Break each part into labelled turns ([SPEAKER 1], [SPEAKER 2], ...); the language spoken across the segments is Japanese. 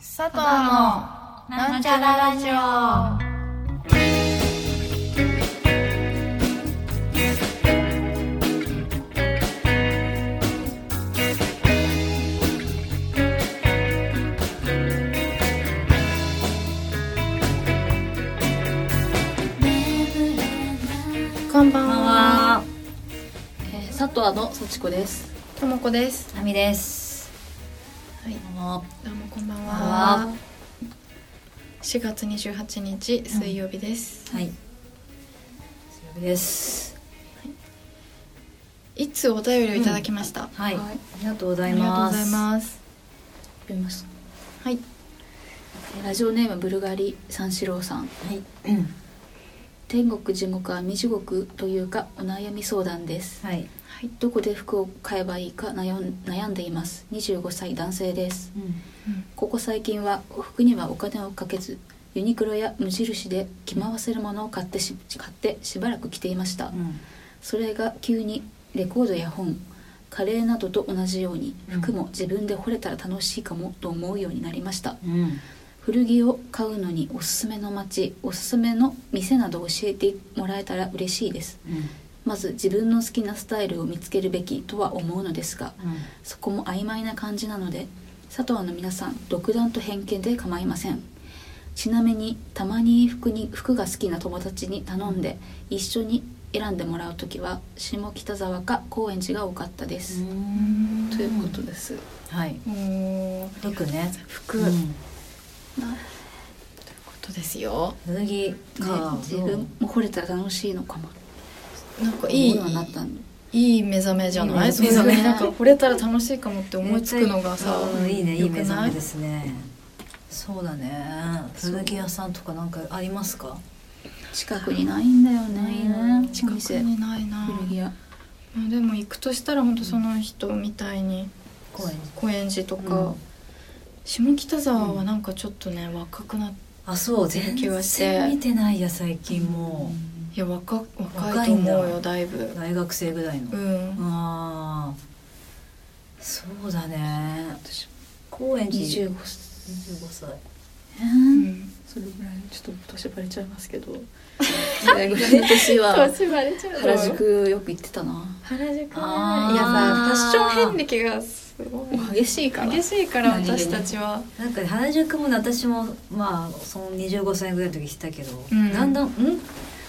[SPEAKER 1] 佐藤のなんちゃらラジオ
[SPEAKER 2] こんば
[SPEAKER 1] こ
[SPEAKER 2] ん
[SPEAKER 1] んばん
[SPEAKER 2] は。
[SPEAKER 1] は
[SPEAKER 3] えー、佐藤の幸子です。
[SPEAKER 2] ともこです。
[SPEAKER 1] ナミです
[SPEAKER 2] はい
[SPEAKER 1] どうも
[SPEAKER 2] どうもこんばん
[SPEAKER 1] こんばん
[SPEAKER 2] は
[SPEAKER 1] は。
[SPEAKER 2] 4月28日水曜日です。
[SPEAKER 1] はい強火です
[SPEAKER 2] いつお便りをいただきました。
[SPEAKER 1] は
[SPEAKER 3] はい
[SPEAKER 1] い、ありがとうご
[SPEAKER 2] あ
[SPEAKER 1] ざい
[SPEAKER 2] りがとう
[SPEAKER 1] ま
[SPEAKER 2] ご
[SPEAKER 1] す
[SPEAKER 2] ざいます。
[SPEAKER 3] 読みます。
[SPEAKER 2] はい。
[SPEAKER 3] えーラジオネームブルガリ三四郎さん。
[SPEAKER 1] はい
[SPEAKER 3] 天国地獄は未地獄というかお悩み相談です。
[SPEAKER 1] はい、
[SPEAKER 2] はい。
[SPEAKER 3] どこで服を買えばいいか悩ん悩んでいます。25歳男性です。ここ最近は服にはお金をかけず、ユニクロや無印で着回せるものを買ってし買ってしばらく着ていました。
[SPEAKER 1] うん
[SPEAKER 3] それが急にレコードや本カレーなどと同じように
[SPEAKER 1] うん
[SPEAKER 3] 服も自分で惚れたら楽しいかもと思うようになりました
[SPEAKER 1] うん
[SPEAKER 3] 古着を買うのにおすすめの街おすすめの店など教えてもらえたら嬉しいです
[SPEAKER 1] うん
[SPEAKER 3] まず自分の好きなスタイルを見つけるべきとは思うのですがそこも曖昧な感じなので佐藤の皆さん独断と偏見で構いませんちなみにたまに服に服が好きな友達に頼んで一緒に選んでもらう時は下北沢か高円寺が多かったです、
[SPEAKER 1] うん
[SPEAKER 3] ということです
[SPEAKER 1] はい
[SPEAKER 2] おー
[SPEAKER 1] 服ね
[SPEAKER 2] 服、
[SPEAKER 1] う
[SPEAKER 2] というんことですよ。
[SPEAKER 1] 脱ぎ
[SPEAKER 3] ね
[SPEAKER 1] か、
[SPEAKER 3] 自分も惚れたら楽しいのかも
[SPEAKER 2] なんかい
[SPEAKER 3] いい
[SPEAKER 2] い
[SPEAKER 3] ようになったんで
[SPEAKER 2] いい目覚めじゃない？
[SPEAKER 1] いい
[SPEAKER 2] そう
[SPEAKER 1] 目
[SPEAKER 2] いうふう
[SPEAKER 1] 覚め
[SPEAKER 2] になんか惚れたら楽しいかもって思いつくのが さ。
[SPEAKER 1] う、んいいねいい目覚めですすねそうだね古着屋さんとかなんかありますか
[SPEAKER 3] 近くにないんだよ
[SPEAKER 1] ない
[SPEAKER 3] ね
[SPEAKER 1] ね
[SPEAKER 2] 近
[SPEAKER 3] お
[SPEAKER 2] く
[SPEAKER 3] 店
[SPEAKER 2] にないな。
[SPEAKER 3] 古着屋
[SPEAKER 2] まあでも行くとしたら本当その人みたいに
[SPEAKER 1] 公園
[SPEAKER 2] 高円寺とか、
[SPEAKER 1] うん
[SPEAKER 2] 下北沢はなんかちょっとね若くなっ
[SPEAKER 1] あそう
[SPEAKER 2] 全
[SPEAKER 1] 全
[SPEAKER 2] 然
[SPEAKER 1] 然見てないや最近も
[SPEAKER 2] いや若若
[SPEAKER 1] 若
[SPEAKER 2] いと
[SPEAKER 1] いんだ
[SPEAKER 2] 思うよだいぶ
[SPEAKER 1] う大学生ぐらいの
[SPEAKER 2] うん
[SPEAKER 1] ああそうだね高円寺
[SPEAKER 3] 25
[SPEAKER 1] 25歳
[SPEAKER 3] え
[SPEAKER 2] う
[SPEAKER 3] ー
[SPEAKER 2] ん
[SPEAKER 3] それぐらいちょっと年バレちゃいま すけどそれぐらいの年は
[SPEAKER 2] バレちゃ
[SPEAKER 3] 原宿よく行ってたな
[SPEAKER 2] 原宿ねいやさフ
[SPEAKER 1] あ
[SPEAKER 3] ー
[SPEAKER 2] ァッション遍歴がすごい
[SPEAKER 3] 激しいから
[SPEAKER 2] 激しいから
[SPEAKER 3] 何気に
[SPEAKER 2] 私たちは
[SPEAKER 1] なんか原宿もね私もまあその25歳ぐらいの時知ったけど、
[SPEAKER 2] うん
[SPEAKER 1] だんだんん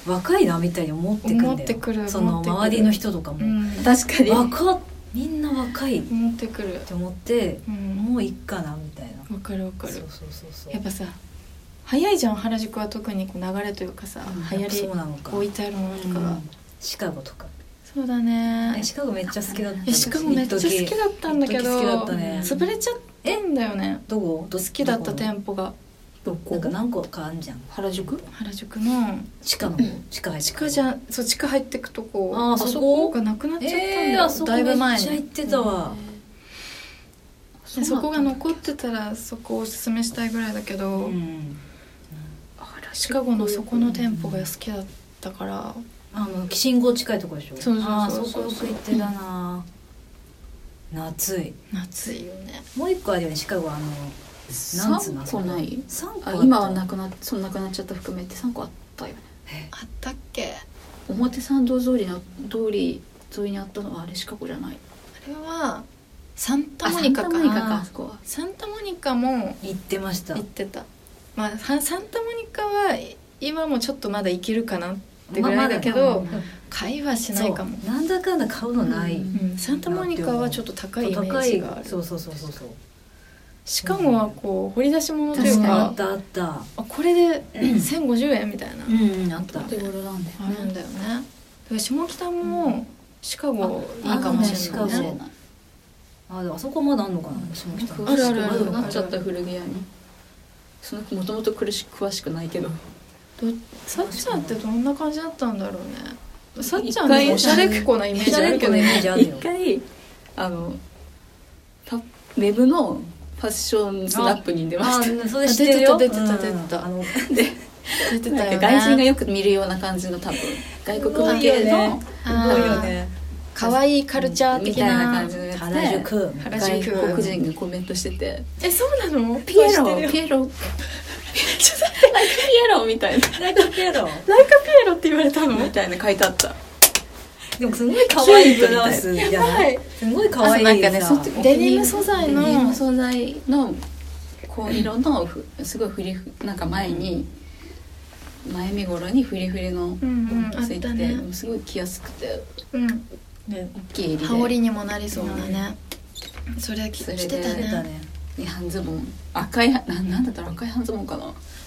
[SPEAKER 1] 若いなみたいに思ってくんだよ
[SPEAKER 2] 思ってくる
[SPEAKER 1] そ
[SPEAKER 2] 思
[SPEAKER 1] の
[SPEAKER 2] ってくる
[SPEAKER 1] 周りの人とかも、
[SPEAKER 2] うん
[SPEAKER 3] 確かに
[SPEAKER 1] 若っみんな若いっ
[SPEAKER 2] 思ってくる
[SPEAKER 1] て思って
[SPEAKER 2] うん
[SPEAKER 1] もういっかなみたいな
[SPEAKER 2] わかるわか
[SPEAKER 1] そう
[SPEAKER 2] る
[SPEAKER 1] そうそうそう
[SPEAKER 2] やっぱさ早いじゃん原宿は特にこう流れというかさ
[SPEAKER 1] うん
[SPEAKER 2] 流行
[SPEAKER 1] そう
[SPEAKER 2] り
[SPEAKER 1] なのか
[SPEAKER 2] 置いてあるものとか
[SPEAKER 1] う
[SPEAKER 2] が
[SPEAKER 1] んシカゴとか
[SPEAKER 2] そうだね
[SPEAKER 1] えシカゴめっちゃ好きだったん
[SPEAKER 2] え
[SPEAKER 1] だ
[SPEAKER 2] しかもめっちゃ好きだったんだけ
[SPEAKER 1] 一時
[SPEAKER 2] ど
[SPEAKER 1] 好きだったね
[SPEAKER 2] 潰れちゃってんだよね
[SPEAKER 1] どこ
[SPEAKER 2] 好
[SPEAKER 1] ど
[SPEAKER 2] きだった
[SPEAKER 1] どこ
[SPEAKER 2] 店舗が
[SPEAKER 3] ど
[SPEAKER 1] なんか何個かあんじゃん
[SPEAKER 3] 原宿
[SPEAKER 2] 原宿の
[SPEAKER 1] 地下の方地下入って
[SPEAKER 2] 地下じゃんそう地下入ってくとこ
[SPEAKER 1] あーそこ
[SPEAKER 2] がなくなっちゃったんだよ、
[SPEAKER 1] えー、あそこ
[SPEAKER 2] だいぶ
[SPEAKER 1] めっ
[SPEAKER 2] 前
[SPEAKER 1] ちゃ行っ
[SPEAKER 2] に
[SPEAKER 1] てたわ、
[SPEAKER 2] でそこが残ってたらそこをおすすめしたいぐらいだけど、
[SPEAKER 1] うん
[SPEAKER 2] シカゴのそこの店舗が好きだったから
[SPEAKER 1] あの信号近いとこでしょ
[SPEAKER 2] そうそうそうそう
[SPEAKER 1] あーそこよく行ってたな、夏い
[SPEAKER 2] 夏いよね
[SPEAKER 1] もう一個あるよねシカゴあのなんつうの
[SPEAKER 3] 3個ない
[SPEAKER 1] 三
[SPEAKER 3] あ
[SPEAKER 1] 個あった
[SPEAKER 3] 今はなくなっそのなくなっちゃった含めて3個あったよね
[SPEAKER 2] あったっけ
[SPEAKER 3] 表参道通りの通り沿いにあったのはあれシカゴじゃない
[SPEAKER 2] あれはサンタモニカ
[SPEAKER 3] あ
[SPEAKER 2] か
[SPEAKER 3] サンタモニカ
[SPEAKER 2] あ
[SPEAKER 3] か
[SPEAKER 2] ー
[SPEAKER 3] そこは
[SPEAKER 2] サンタモニカも
[SPEAKER 1] 行ってました
[SPEAKER 2] 行ってたまあサンサンタモニカは今もちょっとまだいけるかなってぐらいだけど、
[SPEAKER 1] まあまだ
[SPEAKER 2] 会話しないかも
[SPEAKER 1] そうなんだかんだ買うのない、
[SPEAKER 3] うん
[SPEAKER 2] うん、サンタモニカはちょっと高いイメー
[SPEAKER 1] 高
[SPEAKER 2] ジ
[SPEAKER 1] い
[SPEAKER 2] がある
[SPEAKER 1] そうそうそうそうそう
[SPEAKER 2] しかもはこう掘り出し物とい
[SPEAKER 1] 確
[SPEAKER 2] う
[SPEAKER 1] か
[SPEAKER 2] か
[SPEAKER 1] にあったあった
[SPEAKER 2] あこれで1,050円みたいな、
[SPEAKER 1] ん、うん、あった
[SPEAKER 3] 手頃なんだよ
[SPEAKER 2] あるん
[SPEAKER 3] ね
[SPEAKER 2] だよねだから下北もシカゴい
[SPEAKER 3] あ
[SPEAKER 2] いかもし
[SPEAKER 3] シ
[SPEAKER 2] れ
[SPEAKER 3] カ
[SPEAKER 2] な
[SPEAKER 3] ゴ
[SPEAKER 2] いね
[SPEAKER 1] あでもあそこまだあんのかな下北
[SPEAKER 3] 詳
[SPEAKER 2] ある
[SPEAKER 3] し
[SPEAKER 2] ある
[SPEAKER 3] く
[SPEAKER 2] ある
[SPEAKER 3] なっちゃった古着屋にそのもともと詳し詳しくないけど
[SPEAKER 2] どさっちゃんってどんな感じだったんだろうねさっちゃん
[SPEAKER 3] 一回
[SPEAKER 2] のおしゃれっ子なイメージあるけど
[SPEAKER 1] おしゃれっ子なイメージあるよ
[SPEAKER 3] 一回あのパウェブのファッションスナップに出ま
[SPEAKER 1] あ
[SPEAKER 3] した
[SPEAKER 1] ーそれ知ってるよ
[SPEAKER 2] あ出てた出てた出てた
[SPEAKER 1] うんあの
[SPEAKER 2] 出て
[SPEAKER 3] な
[SPEAKER 2] た
[SPEAKER 3] んか
[SPEAKER 2] よね
[SPEAKER 3] 外人がよく見るような感じの多分外国向けの
[SPEAKER 1] すごいよね
[SPEAKER 2] あー
[SPEAKER 1] すごいよね
[SPEAKER 2] 可愛いカルチャー
[SPEAKER 3] み
[SPEAKER 2] 的
[SPEAKER 3] たいな
[SPEAKER 2] な
[SPEAKER 3] 感じのやつ
[SPEAKER 1] 原宿
[SPEAKER 2] 原
[SPEAKER 3] 外
[SPEAKER 2] 宿
[SPEAKER 3] 国人がコメントしてて
[SPEAKER 2] えそうなの
[SPEAKER 3] 「ピエロ
[SPEAKER 2] そうしてるよ
[SPEAKER 3] ピエロちょっと待ってピエロ」みたいな「
[SPEAKER 1] なんかけど
[SPEAKER 2] ライカピエロって言われたの
[SPEAKER 3] みたいな書いてあった
[SPEAKER 1] でもすごい可愛いブラウスじゃな
[SPEAKER 2] や
[SPEAKER 1] い
[SPEAKER 2] ば
[SPEAKER 1] すごい可愛いさ
[SPEAKER 3] あとなんかねそっち
[SPEAKER 2] デニム素材の
[SPEAKER 3] デニム素材の紺色のふすごいフリフなんか前に前見頃にフリフリの
[SPEAKER 2] うんうんあっ
[SPEAKER 3] ついて
[SPEAKER 2] た
[SPEAKER 3] て
[SPEAKER 2] ね
[SPEAKER 3] すごい着やすくて
[SPEAKER 2] うん
[SPEAKER 1] ね
[SPEAKER 3] 大きい襟で
[SPEAKER 2] 羽織にもなりそうなねそれ着
[SPEAKER 3] それで
[SPEAKER 2] 着てた
[SPEAKER 1] 出た
[SPEAKER 2] ね
[SPEAKER 1] ね
[SPEAKER 3] に半ズボン赤いななんだったら赤い半ズボンかな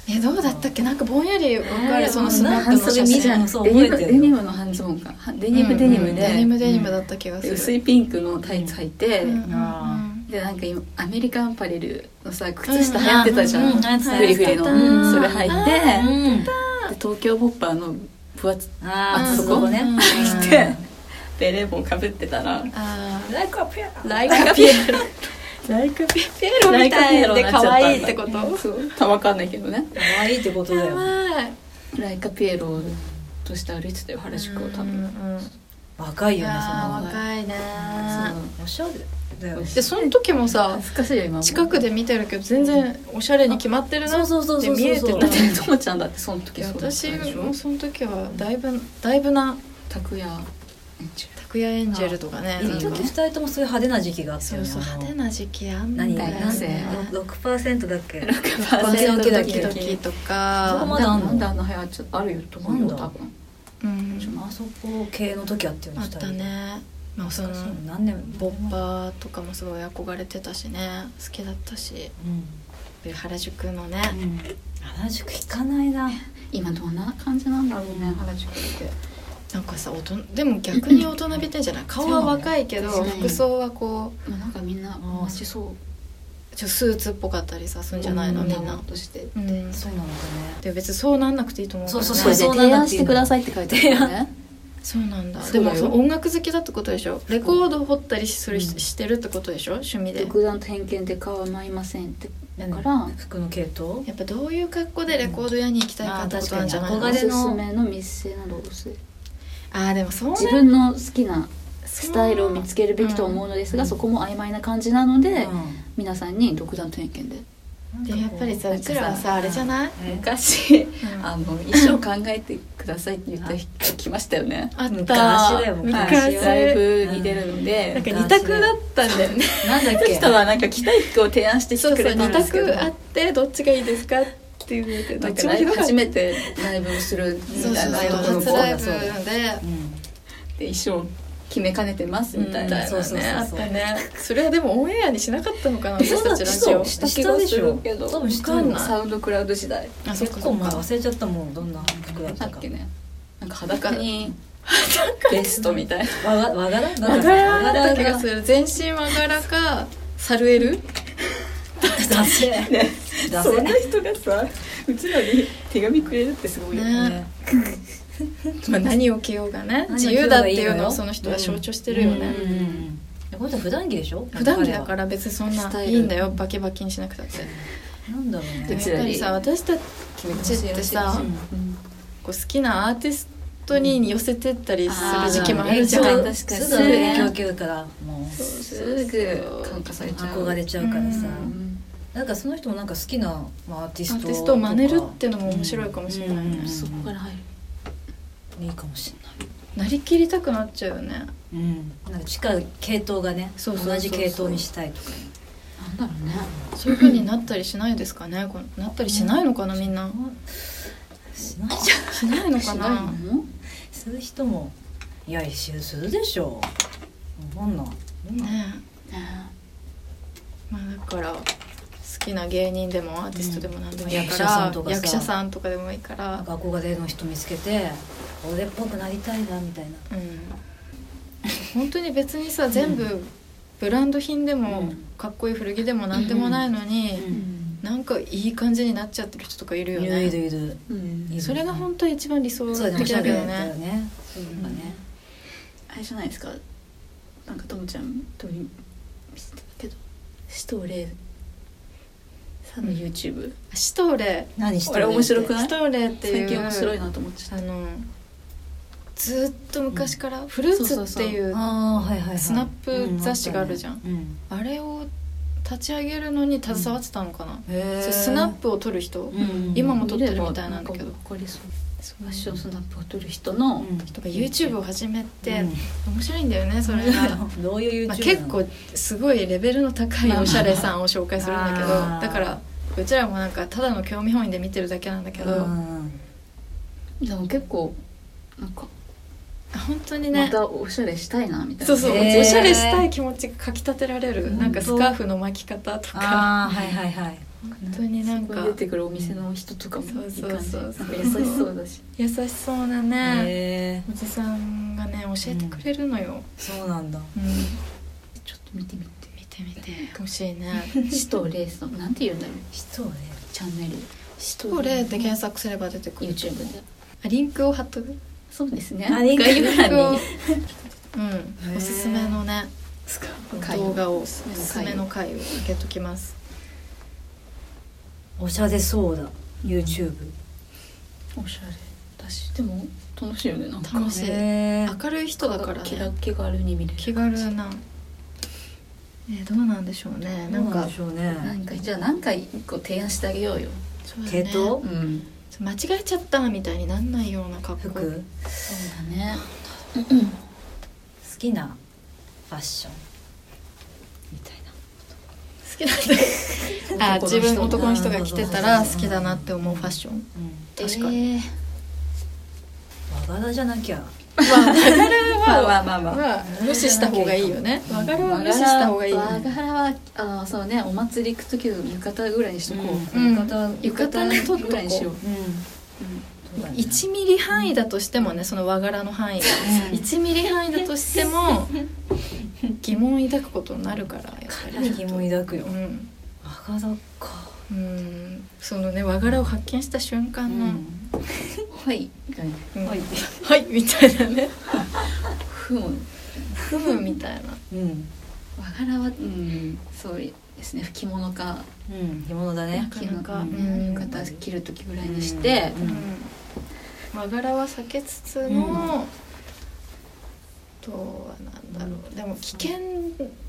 [SPEAKER 2] えどうだったっけなんかぼんやりわか
[SPEAKER 1] え
[SPEAKER 2] る
[SPEAKER 1] ー
[SPEAKER 2] そのスナップ
[SPEAKER 1] 半
[SPEAKER 2] の
[SPEAKER 1] 袖
[SPEAKER 2] 写
[SPEAKER 1] 見じゃん
[SPEAKER 2] 真
[SPEAKER 1] そう
[SPEAKER 3] デニム
[SPEAKER 1] 覚えて
[SPEAKER 3] デ
[SPEAKER 1] る
[SPEAKER 3] ニムの半ズボンかはデニムデニム
[SPEAKER 2] うん
[SPEAKER 3] で,、
[SPEAKER 2] デニムデニムだった気がする
[SPEAKER 3] 薄いピンクのタイツ履いて、
[SPEAKER 2] うんうんうん
[SPEAKER 1] あ
[SPEAKER 3] でなんか今アメリカンパレルのさ靴下流行ってたじゃん、
[SPEAKER 1] うんうん流行ってた
[SPEAKER 3] フリフリの、
[SPEAKER 2] 流行ってた
[SPEAKER 3] それ履いて、
[SPEAKER 1] うん
[SPEAKER 3] で東京ボッパーの分厚
[SPEAKER 1] あー
[SPEAKER 3] あ
[SPEAKER 1] そ
[SPEAKER 3] そこ
[SPEAKER 1] こね
[SPEAKER 2] うん
[SPEAKER 3] 着てベレー帽かぶってたら
[SPEAKER 2] あ
[SPEAKER 1] ライクアペア
[SPEAKER 3] ライカピエロ
[SPEAKER 2] ライカピエロみたいで可愛いってこと
[SPEAKER 3] そうたまかんないけどね
[SPEAKER 1] 可愛いってことだ
[SPEAKER 2] や
[SPEAKER 1] よ
[SPEAKER 2] ばい
[SPEAKER 3] ライカピエロとして歩いてたよ原宿を多
[SPEAKER 2] うんう
[SPEAKER 3] 分
[SPEAKER 2] ん
[SPEAKER 1] 若い
[SPEAKER 2] い
[SPEAKER 1] よ
[SPEAKER 2] や
[SPEAKER 1] ね
[SPEAKER 2] ー
[SPEAKER 1] そ
[SPEAKER 2] 若いね
[SPEAKER 1] のおしゃれだよね
[SPEAKER 2] でその時もさ
[SPEAKER 3] 恥ずかしいよ今も
[SPEAKER 2] 近くで見てるけど全然おしゃれに決まってるなって
[SPEAKER 1] そうそうそうそう
[SPEAKER 2] 見えて
[SPEAKER 1] だ
[SPEAKER 2] た
[SPEAKER 1] っ
[SPEAKER 3] でともちゃんだってその
[SPEAKER 2] い
[SPEAKER 3] 時
[SPEAKER 2] や
[SPEAKER 3] そうだった
[SPEAKER 2] 私
[SPEAKER 3] でし
[SPEAKER 2] も
[SPEAKER 3] ょ
[SPEAKER 2] その時はだいぶだいぶな
[SPEAKER 3] 拓也
[SPEAKER 2] 拓也エンジェルとかね
[SPEAKER 3] あ
[SPEAKER 2] なん
[SPEAKER 1] ちょっ
[SPEAKER 2] か
[SPEAKER 1] と二人ともそういう派手な時期があった
[SPEAKER 2] そ
[SPEAKER 1] よ
[SPEAKER 2] う
[SPEAKER 1] ね
[SPEAKER 2] そう派手な時期あんだよね
[SPEAKER 1] 何が
[SPEAKER 3] 何何歳
[SPEAKER 1] 六パーセントだっけ
[SPEAKER 3] パ
[SPEAKER 1] ーセント
[SPEAKER 2] ド
[SPEAKER 1] ド
[SPEAKER 2] キ
[SPEAKER 1] キ
[SPEAKER 2] ド
[SPEAKER 1] ド
[SPEAKER 2] キ
[SPEAKER 1] キ
[SPEAKER 2] と
[SPEAKER 1] そこ
[SPEAKER 2] か
[SPEAKER 1] まだあんの
[SPEAKER 3] なんであんな流行っちゃったあるよと思う
[SPEAKER 1] な
[SPEAKER 3] よ
[SPEAKER 1] んだ
[SPEAKER 3] 多分
[SPEAKER 2] うん
[SPEAKER 1] あそこ系の時あったよね
[SPEAKER 2] あ
[SPEAKER 1] 二
[SPEAKER 2] っ
[SPEAKER 1] 人
[SPEAKER 2] たねまあその
[SPEAKER 1] 懐かしい何年
[SPEAKER 2] ボッパーとかもすごい憧れてたしね好きだったし
[SPEAKER 1] うん
[SPEAKER 2] 原宿のね
[SPEAKER 1] うん原宿行かないな
[SPEAKER 3] 今どんな感じなんだろうね原宿って
[SPEAKER 2] なんかさ大人でも逆に大人びてんじゃない顔は若いけど
[SPEAKER 3] そうね
[SPEAKER 2] 服装はこ
[SPEAKER 3] まあなんかみんな同じそう
[SPEAKER 2] うちょスーツっぽかったりさすんじゃないの
[SPEAKER 1] うん
[SPEAKER 2] みんな
[SPEAKER 3] として
[SPEAKER 2] うん
[SPEAKER 1] そうなのかね
[SPEAKER 2] で別にそうなんなくていいと思うからね
[SPEAKER 1] そう
[SPEAKER 3] それで提案してくださいって書いてあるね
[SPEAKER 2] そうなんだ
[SPEAKER 3] そ
[SPEAKER 2] で
[SPEAKER 3] うだ
[SPEAKER 2] も
[SPEAKER 3] よ
[SPEAKER 2] そう音楽好きだってことでしょレコード掘ったりする
[SPEAKER 1] う
[SPEAKER 2] し
[SPEAKER 1] ん
[SPEAKER 2] してるってことでしょ趣味で
[SPEAKER 3] 独断と偏見で構いませんってだか
[SPEAKER 1] う
[SPEAKER 3] ら
[SPEAKER 1] ん服の系統
[SPEAKER 2] やっぱどういう格好でレコード屋に行きたいかってことなんじゃないの
[SPEAKER 1] うんあー
[SPEAKER 2] あ
[SPEAKER 1] 確
[SPEAKER 3] お
[SPEAKER 1] かに憧
[SPEAKER 2] ー
[SPEAKER 1] れ
[SPEAKER 3] すすめの店などを教え
[SPEAKER 2] でもそう
[SPEAKER 3] 自
[SPEAKER 2] な
[SPEAKER 3] 分の好きなスタイルを見つけるべきと思うのですが、
[SPEAKER 1] うん
[SPEAKER 3] そこも曖昧な感じなので、
[SPEAKER 1] う
[SPEAKER 3] 皆さんに独断と偏見で
[SPEAKER 1] ん
[SPEAKER 2] でやっぱりさ
[SPEAKER 3] な
[SPEAKER 2] うん
[SPEAKER 3] か
[SPEAKER 2] ちらはさあれじゃない
[SPEAKER 1] え
[SPEAKER 3] 昔、
[SPEAKER 2] うん
[SPEAKER 3] あの衣装考えてくださいって言った人来ましたよね
[SPEAKER 2] あった
[SPEAKER 1] 昔だよ昔
[SPEAKER 2] 昔
[SPEAKER 3] はいだいぶ似てるの
[SPEAKER 2] な
[SPEAKER 3] で
[SPEAKER 2] ん、か二択だったんだよね
[SPEAKER 1] なんだっ
[SPEAKER 3] その
[SPEAKER 1] け
[SPEAKER 3] 人はなんか着たい服を提案して き
[SPEAKER 2] そう
[SPEAKER 3] て
[SPEAKER 2] そ
[SPEAKER 3] く
[SPEAKER 2] う
[SPEAKER 3] れた
[SPEAKER 2] 2
[SPEAKER 3] んですけど
[SPEAKER 2] 択あってどっちがいいですかっていうのでど
[SPEAKER 3] な
[SPEAKER 2] っ
[SPEAKER 3] んか
[SPEAKER 2] ちも
[SPEAKER 3] ラ
[SPEAKER 2] ひ
[SPEAKER 3] イ
[SPEAKER 2] ど
[SPEAKER 3] ブ
[SPEAKER 2] かった
[SPEAKER 3] 初めてライブをするみ
[SPEAKER 2] そう
[SPEAKER 3] た
[SPEAKER 2] そ
[SPEAKER 3] いうな
[SPEAKER 2] そう
[SPEAKER 3] 男の
[SPEAKER 2] 初
[SPEAKER 3] 子
[SPEAKER 2] ライ
[SPEAKER 3] が
[SPEAKER 2] ブ
[SPEAKER 3] そうで
[SPEAKER 2] で
[SPEAKER 1] うん
[SPEAKER 3] 衣装決めかねてますみたいな
[SPEAKER 1] うん
[SPEAKER 3] ね
[SPEAKER 1] そうそうそう
[SPEAKER 2] あったねそれはでもオンエアにしなかったのかな私たちラジ
[SPEAKER 1] そう
[SPEAKER 2] オ
[SPEAKER 1] だした気がするけど
[SPEAKER 3] 多分
[SPEAKER 2] したんだ
[SPEAKER 3] サウンドクラウド時代
[SPEAKER 2] あそっ
[SPEAKER 1] 結
[SPEAKER 2] か
[SPEAKER 1] 構
[SPEAKER 2] そっ
[SPEAKER 1] 前
[SPEAKER 2] か
[SPEAKER 1] 忘れちゃったもんどんな服だっ
[SPEAKER 3] だ
[SPEAKER 1] た
[SPEAKER 3] っ
[SPEAKER 1] か
[SPEAKER 3] けねなんか裸にベストみたいな
[SPEAKER 1] わがわがら
[SPEAKER 2] 和柄だ
[SPEAKER 1] わが
[SPEAKER 2] った
[SPEAKER 1] ら
[SPEAKER 2] 気がする全身和柄かサルエル
[SPEAKER 1] だせ
[SPEAKER 3] ね
[SPEAKER 1] だ
[SPEAKER 3] そ
[SPEAKER 1] せ
[SPEAKER 3] んな人がさうちらに手紙くれるってすごいよね
[SPEAKER 2] ねまあ何を着ようがね
[SPEAKER 1] 何を着
[SPEAKER 2] 自
[SPEAKER 1] よ
[SPEAKER 2] 由
[SPEAKER 1] うが
[SPEAKER 2] だっ
[SPEAKER 1] い
[SPEAKER 2] て
[SPEAKER 1] いのよ
[SPEAKER 2] いうのをその人は象徴してるよね
[SPEAKER 1] うんうんうんえこれ人普段着でしょ
[SPEAKER 2] 普段着だからら別にそん
[SPEAKER 3] スタ
[SPEAKER 2] な
[SPEAKER 3] イ
[SPEAKER 2] い
[SPEAKER 3] ル
[SPEAKER 2] いんだよバキバキにしなくたって
[SPEAKER 1] なんだろう
[SPEAKER 2] で
[SPEAKER 1] ね
[SPEAKER 2] もやっぱりさ私たち
[SPEAKER 3] 君
[SPEAKER 2] ちってさ
[SPEAKER 1] うん
[SPEAKER 3] うん
[SPEAKER 2] こう好きなアーティストに寄せてったりする時期もあるじゃん
[SPEAKER 3] あー
[SPEAKER 1] そう
[SPEAKER 3] 確かに
[SPEAKER 1] そうだね供給からもう
[SPEAKER 3] すぐ感化されちゃう
[SPEAKER 1] 憧れちゃうからさ
[SPEAKER 2] う
[SPEAKER 1] なんかその人もなんか好きなまあアーティ
[SPEAKER 2] アー
[SPEAKER 1] スト
[SPEAKER 2] ティストを真似るってのも面白いかもしれないね
[SPEAKER 1] うん
[SPEAKER 3] そこから入る
[SPEAKER 1] いいかもしれない
[SPEAKER 2] なりきりたくなっちゃうよね
[SPEAKER 1] うんなんか近い系統がね
[SPEAKER 2] そうそうそうそう
[SPEAKER 1] 同じ系統にしたいとか
[SPEAKER 3] なんだろうね
[SPEAKER 2] そういう風になったりしないですかねこうなったりしないのかなみんな
[SPEAKER 1] しないじゃん
[SPEAKER 2] しないのか
[SPEAKER 3] し
[SPEAKER 2] な
[SPEAKER 3] ないの
[SPEAKER 1] する人もいや一周するでしょうわかんない
[SPEAKER 2] ね
[SPEAKER 3] ね
[SPEAKER 2] まあだから好きな芸人でもアーティストでも何でもいいか
[SPEAKER 1] うん役者さ
[SPEAKER 2] ら、
[SPEAKER 1] んとかさ
[SPEAKER 2] 役者さんとかでもいいか
[SPEAKER 1] な
[SPEAKER 2] ら
[SPEAKER 1] ん、か憧れの人見つけて俺っぽくなりたいなみたいな
[SPEAKER 2] うん、本当に別にさ全部ブランド品でも、
[SPEAKER 1] うん
[SPEAKER 2] かっこいい古着でも何でもないのに、
[SPEAKER 1] うん
[SPEAKER 2] なんかいい感じになっちゃってる人とかいるよ
[SPEAKER 1] いる
[SPEAKER 2] ね
[SPEAKER 1] いるいる
[SPEAKER 3] うん
[SPEAKER 2] それが本当一番理想
[SPEAKER 1] そうだねお
[SPEAKER 2] 的
[SPEAKER 1] しゃ
[SPEAKER 2] だけ
[SPEAKER 1] れ
[SPEAKER 2] ど
[SPEAKER 1] だったよ
[SPEAKER 2] ね
[SPEAKER 1] ねそういうのがね
[SPEAKER 3] あれじゃないですかなんかともちゃんと見せてたけど紫藤麗さんの YouTube
[SPEAKER 2] シトーレ
[SPEAKER 1] 何して
[SPEAKER 3] あれ面白くない
[SPEAKER 2] シトーレっていう
[SPEAKER 3] 最近面白いなと思っちゃっ
[SPEAKER 2] あのずっと昔から、フルーツっていう
[SPEAKER 1] ああはいはい、はい、
[SPEAKER 2] スナップ雑誌があるじゃん
[SPEAKER 1] ううん
[SPEAKER 2] あれを立ち上げるのに携わってたのかな、
[SPEAKER 1] へー
[SPEAKER 2] そうスナップを撮る人、
[SPEAKER 1] うん
[SPEAKER 2] 今も撮ってるみたいなんだけど
[SPEAKER 3] わかりそうファッションスナップを撮る人の、
[SPEAKER 1] うん
[SPEAKER 2] とか YouTube を始めて、
[SPEAKER 1] うん
[SPEAKER 2] 面白いんだよねそれ が。
[SPEAKER 1] どういう YouTube
[SPEAKER 2] ま
[SPEAKER 1] な
[SPEAKER 2] あ、
[SPEAKER 1] の
[SPEAKER 2] 結構すごいレベルの高いおしゃれさんを紹介するんだけど
[SPEAKER 1] あー
[SPEAKER 2] だからうちらもなんかただの興味本位で見てるだけなんだけど、
[SPEAKER 1] うん
[SPEAKER 3] でも結構なんか
[SPEAKER 2] 本当に
[SPEAKER 3] ま
[SPEAKER 2] ね、
[SPEAKER 3] たおしゃれしたいなみたいな、
[SPEAKER 2] そうそう、
[SPEAKER 1] へー
[SPEAKER 2] おしゃれしたい気持ちがかきたてられる
[SPEAKER 1] 本当
[SPEAKER 2] なんかスカーフの巻き方とか
[SPEAKER 1] ああはいはいはい
[SPEAKER 2] 本当になん
[SPEAKER 3] そ
[SPEAKER 2] か
[SPEAKER 3] こに出てくるお店の人とかもいい感じ
[SPEAKER 2] そうそうそう
[SPEAKER 3] なんか優しそうだし
[SPEAKER 2] 優しそうなね
[SPEAKER 1] へえ
[SPEAKER 2] おじさんがね教えてくれるのよ、
[SPEAKER 1] そうなんだ
[SPEAKER 2] うん
[SPEAKER 3] ちょっと見てみて
[SPEAKER 2] 見て見て欲しいね
[SPEAKER 3] 死とレースのなんて言うんだろう
[SPEAKER 1] 人をね
[SPEAKER 3] チャンネル
[SPEAKER 2] シトレで検索すれば出てくる
[SPEAKER 3] YouTube で
[SPEAKER 2] あリンクを貼っとく
[SPEAKER 3] そうですね
[SPEAKER 1] あリンク
[SPEAKER 3] 概要欄
[SPEAKER 2] を
[SPEAKER 3] に
[SPEAKER 2] うんおすすめのね
[SPEAKER 1] スカー
[SPEAKER 3] 回
[SPEAKER 2] 動画をお
[SPEAKER 3] お
[SPEAKER 2] す
[SPEAKER 3] すすめの回を
[SPEAKER 2] すめの回を開けときます
[SPEAKER 1] おしゃれそうだ YouTube
[SPEAKER 3] おしゃれだしでも楽しいよねなんか
[SPEAKER 2] 楽しい
[SPEAKER 1] へえ
[SPEAKER 2] 明るい人だから、
[SPEAKER 3] 気が
[SPEAKER 2] ね、
[SPEAKER 3] 気軽に見れる
[SPEAKER 2] 気軽な、えーどうなんでしょうねなん
[SPEAKER 1] どう
[SPEAKER 2] か
[SPEAKER 1] でしょう
[SPEAKER 3] な
[SPEAKER 1] ね
[SPEAKER 3] んかじゃあ何回こう提案してあげようよ
[SPEAKER 2] そうだね
[SPEAKER 1] 系統
[SPEAKER 3] うん
[SPEAKER 2] 間違えちゃったみたいになんないような格好
[SPEAKER 1] 服
[SPEAKER 3] そうだね
[SPEAKER 1] 好きなファッションみたいな
[SPEAKER 2] 好きなんだあ自分 男
[SPEAKER 1] 男
[SPEAKER 2] の
[SPEAKER 1] の
[SPEAKER 2] 人
[SPEAKER 1] 人
[SPEAKER 2] が
[SPEAKER 1] が
[SPEAKER 2] 着てた
[SPEAKER 1] う
[SPEAKER 2] ら
[SPEAKER 1] ん
[SPEAKER 2] 好きだなって思うファッション
[SPEAKER 1] うん
[SPEAKER 2] 確かに、
[SPEAKER 3] に、え
[SPEAKER 1] 和柄じゃなきゃ
[SPEAKER 3] ーまあまあまあまあ
[SPEAKER 2] まあ無視した方がいいよね和柄は
[SPEAKER 3] 和
[SPEAKER 2] 無視
[SPEAKER 3] 柄
[SPEAKER 2] した方がいいよ
[SPEAKER 3] 和
[SPEAKER 2] ね
[SPEAKER 3] 柄はあのそうねお祭り行く時の浴衣ぐらいにしとこう、
[SPEAKER 2] うん
[SPEAKER 1] 浴衣
[SPEAKER 2] 浴衣にとっとこう
[SPEAKER 3] ぐらいにしよう、
[SPEAKER 1] そうだね
[SPEAKER 2] 1ミリ範囲だとしてもねその和柄の範囲が
[SPEAKER 1] うん
[SPEAKER 2] 1ミリ範囲だとして も疑問抱くことになるからやっぱり
[SPEAKER 1] 疑問抱くよ
[SPEAKER 2] うん
[SPEAKER 1] 和柄か
[SPEAKER 2] うんそのね和柄を発見した瞬間の
[SPEAKER 3] はい
[SPEAKER 2] 「うん
[SPEAKER 1] は
[SPEAKER 2] はいい」みたいな ね
[SPEAKER 3] ふむ
[SPEAKER 2] 「ふむ」みたいな
[SPEAKER 1] うん
[SPEAKER 3] 和柄はうんそうですね吹物か
[SPEAKER 1] うん着物だね
[SPEAKER 2] なかなか
[SPEAKER 3] うん
[SPEAKER 2] うん
[SPEAKER 3] 浴衣着る時ぐらいにして、
[SPEAKER 1] うん
[SPEAKER 2] うん和柄は避けつつの、
[SPEAKER 1] うん
[SPEAKER 2] あとはなんだろう、でも危険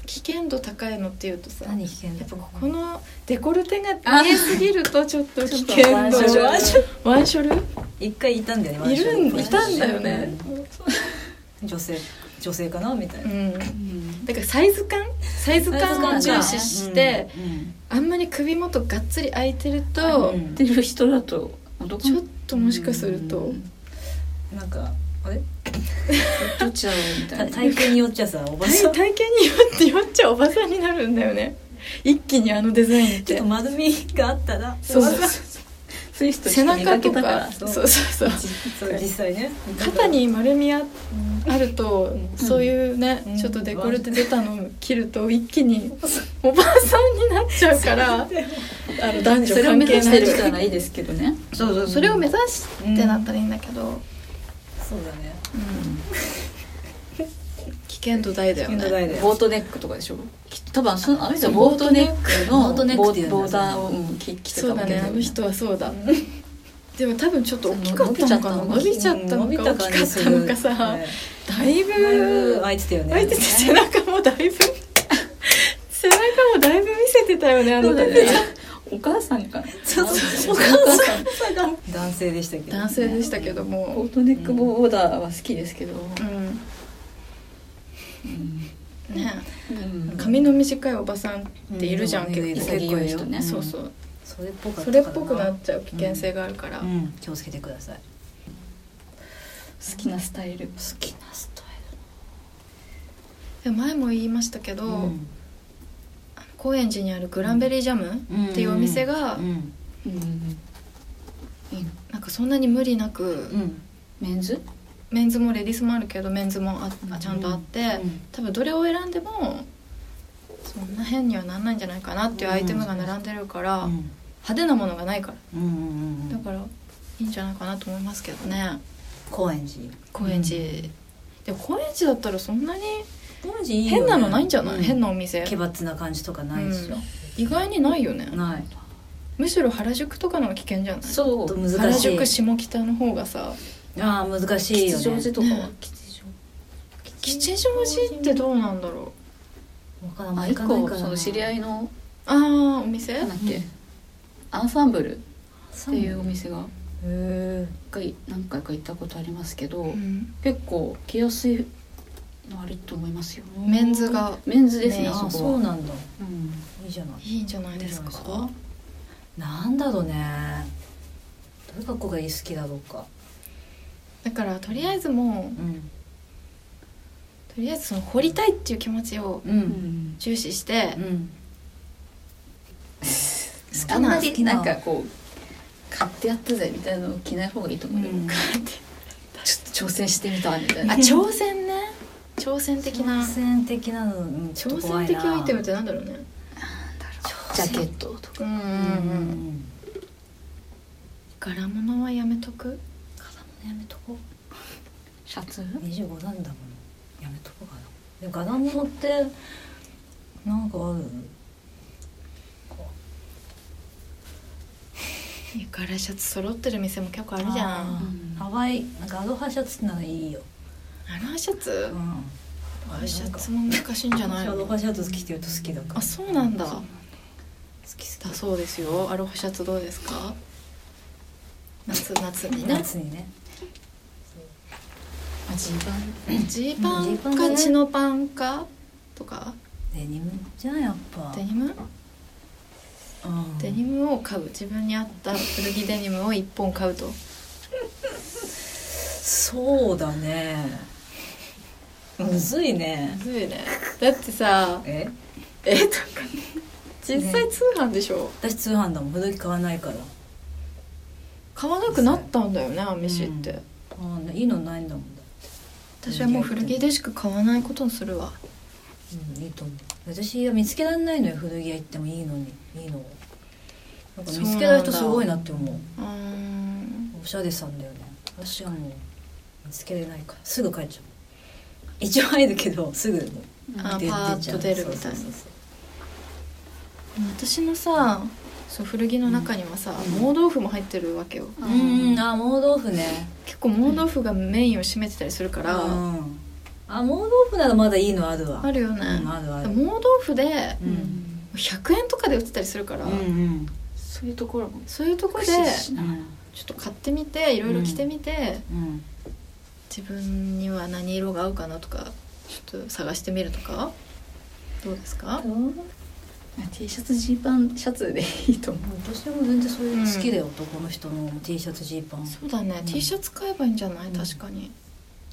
[SPEAKER 2] 危険度高いのっていうとさ
[SPEAKER 1] 何危険だ
[SPEAKER 2] やっぱここのデコルテが
[SPEAKER 3] あ
[SPEAKER 2] 見えすぎるとちょっと危
[SPEAKER 3] ちょっと
[SPEAKER 2] 険度
[SPEAKER 3] ワンショル
[SPEAKER 2] ワンショルワンショ
[SPEAKER 1] 一回いたんだよ
[SPEAKER 2] ル
[SPEAKER 1] ね
[SPEAKER 2] いるん
[SPEAKER 1] ワン
[SPEAKER 2] い
[SPEAKER 1] ショ
[SPEAKER 2] た
[SPEAKER 1] ル
[SPEAKER 2] んだよね、
[SPEAKER 1] うん女性女性かなみたいな
[SPEAKER 2] うん
[SPEAKER 3] うん
[SPEAKER 2] だからサイズ感サイズ感を重視して、
[SPEAKER 1] うん
[SPEAKER 2] あんまり首元がっつり開いてると、
[SPEAKER 1] うんうん
[SPEAKER 3] 着てる人だと男
[SPEAKER 2] ちょっ
[SPEAKER 3] と
[SPEAKER 2] ともしかすると、
[SPEAKER 1] なんかあれ
[SPEAKER 3] 取っちゃうみた
[SPEAKER 1] た
[SPEAKER 3] いな
[SPEAKER 1] 体型によっちゃさおば
[SPEAKER 2] 体
[SPEAKER 1] さん
[SPEAKER 2] 体型によってよっちゃおばさんになるんだよね一気にあのデザインっ
[SPEAKER 1] ちょってと丸みがあったら
[SPEAKER 2] そうそう
[SPEAKER 3] スイスと
[SPEAKER 2] 背中と
[SPEAKER 3] たか
[SPEAKER 2] からそ
[SPEAKER 1] そうう
[SPEAKER 2] そうそう
[SPEAKER 1] そう実際ね
[SPEAKER 2] 肩に丸みああると、そういうね、
[SPEAKER 1] うん
[SPEAKER 2] ちょっとデコルテ出たのを切ると一気におばさんになっちゃうからあの男
[SPEAKER 3] そ
[SPEAKER 2] 女
[SPEAKER 3] れを
[SPEAKER 2] 関
[SPEAKER 3] 目
[SPEAKER 2] 係
[SPEAKER 3] 指し
[SPEAKER 2] な
[SPEAKER 3] て
[SPEAKER 2] い
[SPEAKER 3] る人はいいですけどね
[SPEAKER 1] そうそう
[SPEAKER 2] それを目指してなったらいいんだけど、
[SPEAKER 1] そうだね
[SPEAKER 2] 危険度大だよ
[SPEAKER 1] 危険
[SPEAKER 2] ね
[SPEAKER 1] 度大だよ
[SPEAKER 3] ボートネックとかでしょきっと多分そのあの人はボートネックの
[SPEAKER 1] ボートネックっていうんだ
[SPEAKER 3] ボーダーを、うん、き着てた
[SPEAKER 2] そう
[SPEAKER 3] わけ
[SPEAKER 2] だ
[SPEAKER 3] だ
[SPEAKER 2] ね
[SPEAKER 3] よ
[SPEAKER 2] あの人はそうだでも多分ちょっと大きかったのかな伸
[SPEAKER 3] 伸
[SPEAKER 2] び
[SPEAKER 3] び
[SPEAKER 2] ちゃったのか
[SPEAKER 1] 伸び
[SPEAKER 2] 大きかったのかさ、
[SPEAKER 1] ね
[SPEAKER 2] だい
[SPEAKER 1] だいぶ
[SPEAKER 2] ぶ
[SPEAKER 1] 開いてたよね
[SPEAKER 2] 開いてて背中もだいぶ背中もだいぶ見せてたよねあの時
[SPEAKER 3] お母さんかな
[SPEAKER 1] そうそうお母さんが男性でしたけど
[SPEAKER 2] 男性でしたけど
[SPEAKER 3] ボ
[SPEAKER 2] も
[SPEAKER 3] ートネックボーダーは好きですけど、
[SPEAKER 2] うんね
[SPEAKER 3] うん
[SPEAKER 2] 髪の短いおばさんっているじゃん
[SPEAKER 1] うん
[SPEAKER 2] 結構
[SPEAKER 1] 潔い人ね
[SPEAKER 2] そうそう
[SPEAKER 1] それっぽかっ
[SPEAKER 2] そ
[SPEAKER 1] た
[SPEAKER 2] れっぽくなっちゃう危険性があるから
[SPEAKER 1] うん気をつけてください
[SPEAKER 3] 好きなスタイル
[SPEAKER 1] 好きなスタ
[SPEAKER 2] で前も言いましたけど
[SPEAKER 1] イル
[SPEAKER 2] 高円寺にあるグランベリージャムっていうお店が
[SPEAKER 1] うん
[SPEAKER 3] うんいいの
[SPEAKER 2] なんかそんなに無理なく
[SPEAKER 1] うん
[SPEAKER 3] メンズ
[SPEAKER 2] メンズもレディースもあるけどメンズもあ
[SPEAKER 3] うん
[SPEAKER 2] ちゃんとあって、
[SPEAKER 1] ん
[SPEAKER 2] 多分どれを選んでもそんな変にはなんないんじゃないかなっていうアイテムが並んでるから、
[SPEAKER 1] うん
[SPEAKER 2] 派手なものがないから
[SPEAKER 1] うんうんう
[SPEAKER 2] だ
[SPEAKER 1] ん
[SPEAKER 2] からいいんじゃないかなと思いますけどね
[SPEAKER 1] 高円寺
[SPEAKER 2] 高円寺、でも高円寺だったらそんなに
[SPEAKER 1] 高円寺いいよね
[SPEAKER 2] 変なのないんじゃない、
[SPEAKER 1] う
[SPEAKER 2] 変なお店
[SPEAKER 1] 奇抜な感じとかないでしょ
[SPEAKER 2] 意外にないよね
[SPEAKER 1] ない
[SPEAKER 2] むしろ原宿とかのが危険じゃない
[SPEAKER 3] そ
[SPEAKER 1] ちょっと
[SPEAKER 3] う
[SPEAKER 1] 難しい
[SPEAKER 2] 原宿下北の方がさ
[SPEAKER 1] ああ難しい
[SPEAKER 3] 吉
[SPEAKER 1] よ
[SPEAKER 3] 祥
[SPEAKER 1] ね
[SPEAKER 3] 寺とかは
[SPEAKER 2] ね
[SPEAKER 3] 吉
[SPEAKER 2] 吉
[SPEAKER 3] 祥
[SPEAKER 2] 祥寺ってどうなんだろう
[SPEAKER 1] わからん
[SPEAKER 3] あ
[SPEAKER 1] もう
[SPEAKER 3] 一
[SPEAKER 1] 行かない
[SPEAKER 3] 個
[SPEAKER 1] から
[SPEAKER 3] その知り合
[SPEAKER 1] い
[SPEAKER 3] いの
[SPEAKER 2] ああお店
[SPEAKER 3] なんだっけ、
[SPEAKER 1] うん
[SPEAKER 3] アンサンブルっていうお
[SPEAKER 1] へ
[SPEAKER 3] 店が
[SPEAKER 1] え
[SPEAKER 3] 一回何回か行ったことありますけど、
[SPEAKER 2] うん
[SPEAKER 3] 結構着やすいのあると思いますよ
[SPEAKER 2] メンズが
[SPEAKER 3] メンズですね
[SPEAKER 2] ね
[SPEAKER 3] あ
[SPEAKER 1] ああ
[SPEAKER 3] そ
[SPEAKER 1] そ
[SPEAKER 3] こ
[SPEAKER 1] う
[SPEAKER 3] は
[SPEAKER 1] なんだ
[SPEAKER 3] うん
[SPEAKER 1] いいじゃない
[SPEAKER 2] いいんじゃないです
[SPEAKER 1] いいんじゃ
[SPEAKER 2] か
[SPEAKER 1] なんだろうねどういう格好がいい好きだろうか
[SPEAKER 2] だからとりあえずも
[SPEAKER 1] うん
[SPEAKER 2] うとりあえずその掘りたいっていう気持ちを
[SPEAKER 1] う
[SPEAKER 3] うんん
[SPEAKER 2] 重視して
[SPEAKER 1] うん
[SPEAKER 2] 好き
[SPEAKER 3] あん
[SPEAKER 2] な
[SPEAKER 3] ま
[SPEAKER 2] 好
[SPEAKER 3] り
[SPEAKER 2] き
[SPEAKER 3] な
[SPEAKER 2] なん
[SPEAKER 3] かこう買ってやったぜみたいなのを着ない方がいいと思うよ、
[SPEAKER 1] うん
[SPEAKER 3] 買ってちょっと挑戦してみたみた い
[SPEAKER 2] あ
[SPEAKER 3] な
[SPEAKER 2] 挑戦ね挑戦的な
[SPEAKER 1] 挑戦的なのうんちょっ
[SPEAKER 2] 挑
[SPEAKER 1] と怖
[SPEAKER 2] 戦
[SPEAKER 1] い
[SPEAKER 2] 的
[SPEAKER 1] な
[SPEAKER 2] アイテムってなんだろうね
[SPEAKER 3] ジャケットとか
[SPEAKER 2] うんう
[SPEAKER 1] うんうんうん
[SPEAKER 2] 柄物はやめとく
[SPEAKER 1] 風物やめとこう
[SPEAKER 3] シャツ
[SPEAKER 1] 25なんだもんやめとこうかなでも柄物ってなんかある
[SPEAKER 2] いや柄シャツ揃ってる店も結構あるじゃ
[SPEAKER 1] あ
[SPEAKER 2] ん
[SPEAKER 1] ーハワイなんかアロハシャツならいいよ、
[SPEAKER 2] アロハシャツ
[SPEAKER 1] うん、
[SPEAKER 2] アロハシャツも難しいんじゃない
[SPEAKER 1] アロ
[SPEAKER 2] の
[SPEAKER 1] ハシャツ着てると好きだから
[SPEAKER 2] あそうなんだ
[SPEAKER 1] 好き好
[SPEAKER 2] だそうですよアロハシャツどうですか夏夏
[SPEAKER 1] き
[SPEAKER 2] にね
[SPEAKER 1] 夏にね
[SPEAKER 3] あジーパン
[SPEAKER 2] ジーパ
[SPEAKER 1] うんジ
[SPEAKER 2] ン
[SPEAKER 1] ーパンだ
[SPEAKER 2] か
[SPEAKER 1] ね
[SPEAKER 2] チノパンかとか
[SPEAKER 1] デニムじゃんやっぱ
[SPEAKER 2] デニム
[SPEAKER 1] うん
[SPEAKER 2] デニムを買う自分に合った古着デニムを1本買うと
[SPEAKER 1] そうだねむずいね
[SPEAKER 2] むずいねだってさ
[SPEAKER 1] え
[SPEAKER 2] えとか実際通販でしょ、
[SPEAKER 1] 私通販だもん古着買わないから
[SPEAKER 2] 買わなくなったんだよねアメシって、
[SPEAKER 1] うんああいいのないんだもんだって
[SPEAKER 2] 私はもう古着でしか買わないことにするわ
[SPEAKER 1] うんいいと思う私は見つけられないのよ古着屋行ってもいいのにいいのをなんか見つけられる人すごいなって思う
[SPEAKER 2] うーん
[SPEAKER 1] おしゃれさんだよね私はもう見つけれないからすぐ帰っちゃう一応入るけどすぐもう
[SPEAKER 2] あ
[SPEAKER 1] 出
[SPEAKER 2] パーッと出るみたいな私のさそう古着の中にはさ、
[SPEAKER 1] うん
[SPEAKER 2] 毛豆腐も入ってるわけよ
[SPEAKER 1] うーんあ毛豆腐ね
[SPEAKER 2] 結構毛豆腐がメインを占めてたりするから、
[SPEAKER 1] うんあ毛豆腐ならまだいいのあるわ
[SPEAKER 2] あるよね、
[SPEAKER 1] うんあるある
[SPEAKER 2] 毛豆腐で
[SPEAKER 1] う
[SPEAKER 3] うん
[SPEAKER 1] ん
[SPEAKER 2] 100円とかで売ってたりするから、
[SPEAKER 1] うん
[SPEAKER 3] そういうところも
[SPEAKER 2] そういうとこで
[SPEAKER 3] 駆
[SPEAKER 2] ち
[SPEAKER 3] 使
[SPEAKER 2] ょ
[SPEAKER 3] しながら
[SPEAKER 2] っと買ってみていろいろ着てみて、
[SPEAKER 1] うん
[SPEAKER 2] 自分には何色が合うかなとかちょっと探してみるとかどうですか
[SPEAKER 3] あとあ T シャツジーパンシャツでいいと思う
[SPEAKER 1] 私も全然そういうの好きだよ、男の人の T シャツジーパン好
[SPEAKER 2] そうだね、
[SPEAKER 1] うん
[SPEAKER 2] T シャツ買えばいいんじゃない
[SPEAKER 1] うん
[SPEAKER 2] 確かに、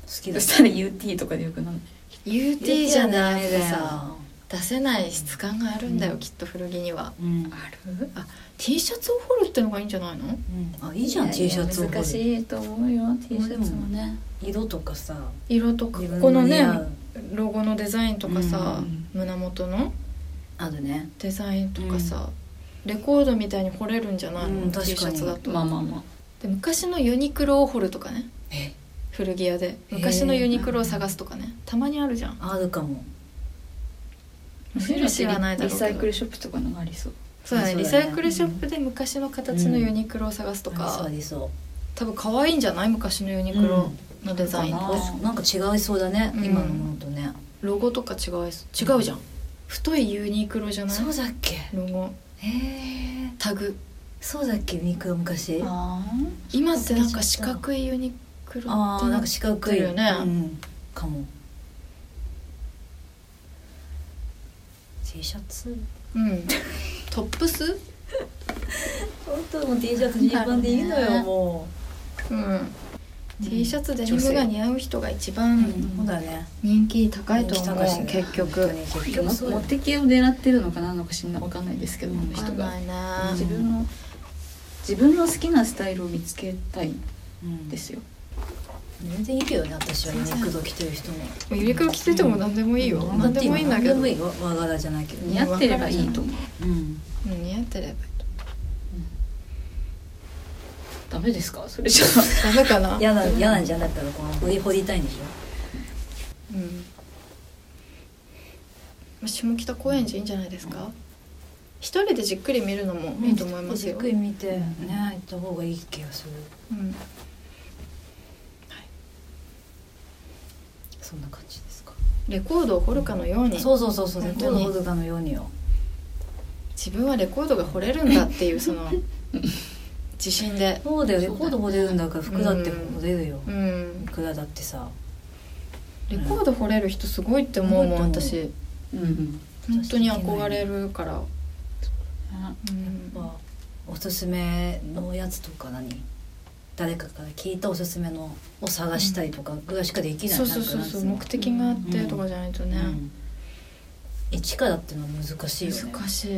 [SPEAKER 1] きだ
[SPEAKER 3] そしたら UT とかでよくなる
[SPEAKER 2] UT じゃない
[SPEAKER 1] だ
[SPEAKER 2] と
[SPEAKER 1] よ
[SPEAKER 2] さ出せない質感があるんだよ、きっと古着には
[SPEAKER 1] うん、うん、
[SPEAKER 3] る
[SPEAKER 2] T シャツを掘るってのがいいんじゃないの
[SPEAKER 1] あいいじゃん T シャツを
[SPEAKER 3] 難
[SPEAKER 1] 掘る
[SPEAKER 3] しいと思うよ T シャツもね
[SPEAKER 1] 色とかさ
[SPEAKER 2] 色とかこ
[SPEAKER 1] 自分
[SPEAKER 2] この
[SPEAKER 1] 似
[SPEAKER 2] ね
[SPEAKER 1] 合う
[SPEAKER 2] ロゴのデザインとかさ、
[SPEAKER 1] うん
[SPEAKER 2] 胸元の
[SPEAKER 1] あるね
[SPEAKER 2] デザインとかさ、レコードみたいに掘れるんじゃないの、
[SPEAKER 1] うん
[SPEAKER 2] T
[SPEAKER 1] 確か
[SPEAKER 2] シ
[SPEAKER 1] に
[SPEAKER 2] ャツだと、
[SPEAKER 3] まあまあまあ
[SPEAKER 2] で昔のユニクロを掘るとかね
[SPEAKER 1] え
[SPEAKER 2] 古着屋で
[SPEAKER 1] へー
[SPEAKER 2] 昔のユニクロを探すとかねたまにあるじゃん
[SPEAKER 1] あるかも
[SPEAKER 2] セルシーはないだろ
[SPEAKER 3] リ
[SPEAKER 2] うけ
[SPEAKER 3] サイク
[SPEAKER 2] ど
[SPEAKER 3] ルショップとかのがありそう
[SPEAKER 2] そうだね
[SPEAKER 1] そ
[SPEAKER 2] リ
[SPEAKER 1] うだね
[SPEAKER 2] サイクルショップで昔の形のユニクロを探すと
[SPEAKER 1] ありそう
[SPEAKER 2] か
[SPEAKER 1] ありそ
[SPEAKER 2] 多分可愛いんじゃない昔のユニクロのデザイン
[SPEAKER 3] うん
[SPEAKER 1] う
[SPEAKER 2] と
[SPEAKER 3] あ
[SPEAKER 1] なんか違いそうだね、
[SPEAKER 2] うん
[SPEAKER 1] 今のものとね
[SPEAKER 2] ロゴとか違う違うじゃん太いユニクロじゃない
[SPEAKER 1] そうだっけ
[SPEAKER 2] ロゴ
[SPEAKER 1] へえ
[SPEAKER 2] タグ
[SPEAKER 1] そうだっけユニクロ昔
[SPEAKER 3] あ
[SPEAKER 1] あ
[SPEAKER 2] 今ってなんか四角いユニクロ
[SPEAKER 1] あ
[SPEAKER 2] って
[SPEAKER 1] ー
[SPEAKER 2] なん
[SPEAKER 1] な
[SPEAKER 2] ん
[SPEAKER 1] か
[SPEAKER 2] か
[SPEAKER 1] 四角い
[SPEAKER 2] よね
[SPEAKER 1] うん、かも T シャツ
[SPEAKER 2] うんトップス
[SPEAKER 1] 本当もう T シャツジーパンでいいのよ、
[SPEAKER 2] なるね
[SPEAKER 1] も
[SPEAKER 2] うん T シャツデニ
[SPEAKER 3] 女性
[SPEAKER 2] ムが似合う人が一
[SPEAKER 1] う、
[SPEAKER 2] 番
[SPEAKER 1] そうだね
[SPEAKER 2] 人気高いと
[SPEAKER 1] 人気
[SPEAKER 2] 思
[SPEAKER 1] 高いし
[SPEAKER 2] う
[SPEAKER 1] ね
[SPEAKER 2] 結
[SPEAKER 1] 本
[SPEAKER 2] 局
[SPEAKER 1] 当に結
[SPEAKER 3] あ
[SPEAKER 1] 局そう
[SPEAKER 3] 持ってきを狙ってるのかなのかしんないわかんないですけどこの
[SPEAKER 2] わか
[SPEAKER 3] 人
[SPEAKER 2] ん
[SPEAKER 3] が
[SPEAKER 2] ないね
[SPEAKER 1] うん
[SPEAKER 3] 自分の自分の好きなスタイルを見つけたいん
[SPEAKER 1] うん
[SPEAKER 3] ですよ
[SPEAKER 1] 全然いるよね私はユニクロ着てる人も
[SPEAKER 2] ユニクロ着てても何でもいいよ、
[SPEAKER 1] う
[SPEAKER 2] 何でもいいんだけど、
[SPEAKER 1] 何でもいいわ和柄じゃないけど
[SPEAKER 3] 似合ってればいいと思う
[SPEAKER 1] うん
[SPEAKER 2] うん似合ってればいい
[SPEAKER 3] ダメですかそれじゃ
[SPEAKER 2] とダメかな
[SPEAKER 1] 嫌な嫌なんじゃなかったらこの掘り掘りたいんでし
[SPEAKER 2] う
[SPEAKER 1] ょ
[SPEAKER 2] んまあ下北高円寺いいんじゃないですか、一人でじっくり見るのもいいと思いますよ、
[SPEAKER 1] じっくり見てね行った方がいい気がする
[SPEAKER 2] うん
[SPEAKER 1] そんな感じですか
[SPEAKER 2] レコードを掘るかのように
[SPEAKER 1] そうそうそうそうレ
[SPEAKER 2] 本
[SPEAKER 1] コ
[SPEAKER 2] 当
[SPEAKER 1] ー
[SPEAKER 2] に
[SPEAKER 1] ドホルガのようによ
[SPEAKER 2] 自分はレコードが掘れるんだっていうそ の自信で
[SPEAKER 1] そうだよレ
[SPEAKER 3] そう
[SPEAKER 1] コ
[SPEAKER 3] だね
[SPEAKER 1] ード掘れるんだから服だって
[SPEAKER 2] うん
[SPEAKER 1] 掘れるよ
[SPEAKER 2] うん
[SPEAKER 1] いくらだってさ
[SPEAKER 2] レコード掘れる人すごいって思うもん
[SPEAKER 1] すご
[SPEAKER 2] 私
[SPEAKER 3] うんうん
[SPEAKER 2] 本当に憧れるから、
[SPEAKER 3] あ
[SPEAKER 2] うん
[SPEAKER 1] まあおすすめのやつとか何誰かから聞いたおすすめのを探したりとかぐらいしかできない
[SPEAKER 2] そうそうそうそう目的があってとかじゃないとね、
[SPEAKER 1] 一からっていうのは難しいよね
[SPEAKER 2] 難しい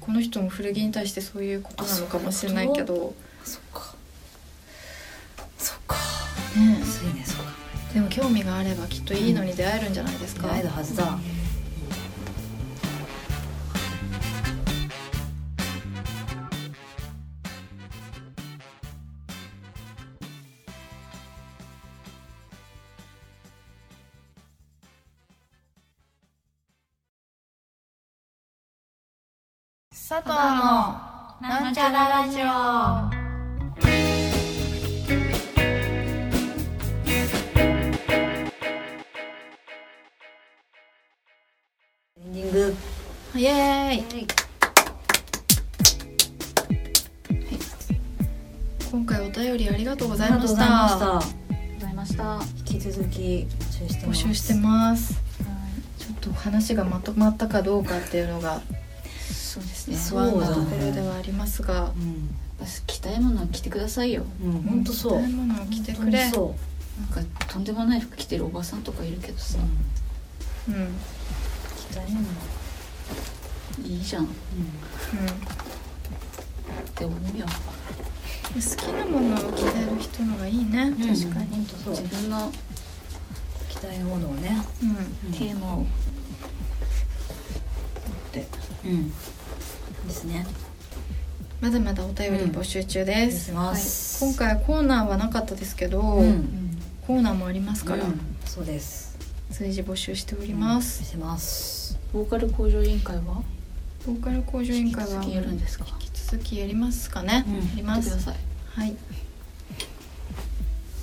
[SPEAKER 2] この人も古着に対してそういうことなのかもしれないけど、
[SPEAKER 1] そっかそっか
[SPEAKER 2] ね
[SPEAKER 1] ついねそっか
[SPEAKER 2] でも興味があればきっといいのに出会えるんじゃないですか、
[SPEAKER 1] 会えるはずだ
[SPEAKER 2] 佐藤のなんちゃらラジオ
[SPEAKER 1] エンディング
[SPEAKER 2] イエーイ今回お便りありがとうございました
[SPEAKER 1] ありがとうございまし
[SPEAKER 3] りがとうございましたは
[SPEAKER 1] た引き続き募集して
[SPEAKER 2] 募
[SPEAKER 1] ま
[SPEAKER 2] 集
[SPEAKER 1] す
[SPEAKER 2] してますちょっと話がまとまったかどうかっていうのが
[SPEAKER 3] いそうですね
[SPEAKER 2] 不
[SPEAKER 1] そ
[SPEAKER 2] 安
[SPEAKER 1] うだ
[SPEAKER 2] な
[SPEAKER 1] ね
[SPEAKER 2] ところではありますが
[SPEAKER 3] 私着たいものは着てくださいよ
[SPEAKER 1] うんうん本当そう
[SPEAKER 2] 着たいものを着てくれ
[SPEAKER 1] 本当そう
[SPEAKER 3] なんかとんでもない服着てるおばさんとかいるけどさ
[SPEAKER 2] うんうん
[SPEAKER 1] 期待なの
[SPEAKER 3] いいじゃんって思うよ
[SPEAKER 2] 好きなものを着てる人のがいいね
[SPEAKER 1] うん
[SPEAKER 2] 確かに
[SPEAKER 1] 本当
[SPEAKER 3] 自
[SPEAKER 1] そう
[SPEAKER 3] 分の
[SPEAKER 1] 期待のものをね
[SPEAKER 2] うん
[SPEAKER 3] テーマを
[SPEAKER 1] ってうんですね
[SPEAKER 2] まだまだお便り募集中
[SPEAKER 1] で
[SPEAKER 2] です
[SPEAKER 1] すます
[SPEAKER 2] 今回コーナーはなかったですけど
[SPEAKER 1] うん
[SPEAKER 2] コーナーもありますから
[SPEAKER 1] うんそうです
[SPEAKER 2] 随時募集しております
[SPEAKER 1] してます
[SPEAKER 3] ボーカル向上委員会は
[SPEAKER 2] ボーカル向上委員
[SPEAKER 3] 引き
[SPEAKER 2] 会
[SPEAKER 3] 続
[SPEAKER 2] は
[SPEAKER 3] きやるんですか
[SPEAKER 2] 引き続きやりますかね、
[SPEAKER 1] うん
[SPEAKER 2] やりま
[SPEAKER 3] やってくだ
[SPEAKER 2] す
[SPEAKER 3] さい
[SPEAKER 2] はい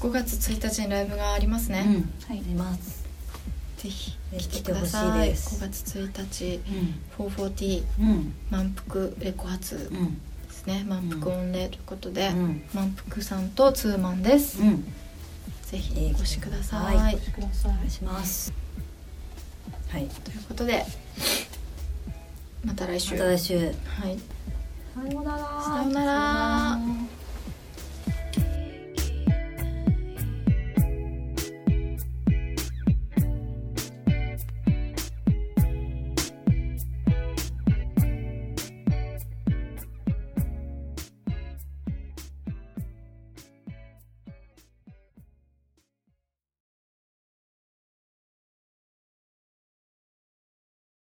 [SPEAKER 2] 5月1日にライブがありますね、
[SPEAKER 1] うん
[SPEAKER 3] はい
[SPEAKER 1] あります
[SPEAKER 2] ぜひ
[SPEAKER 1] ね
[SPEAKER 2] 来て
[SPEAKER 1] 来
[SPEAKER 2] く
[SPEAKER 1] て
[SPEAKER 2] だ
[SPEAKER 1] ほし
[SPEAKER 2] さ
[SPEAKER 1] い
[SPEAKER 2] い
[SPEAKER 1] です
[SPEAKER 2] 5月1日
[SPEAKER 1] う
[SPEAKER 2] 440
[SPEAKER 1] んうん
[SPEAKER 2] 満腹レコ発で
[SPEAKER 1] うん
[SPEAKER 2] すね満腹御礼ということで、
[SPEAKER 1] うん
[SPEAKER 2] 満腹さんとツーマンです、
[SPEAKER 1] うん
[SPEAKER 2] ぜひお越しください、
[SPEAKER 1] はい
[SPEAKER 3] 来てください
[SPEAKER 1] お願いしますはい
[SPEAKER 2] ということでまた来週
[SPEAKER 1] また来週
[SPEAKER 2] はい
[SPEAKER 1] さようなら
[SPEAKER 2] さようなら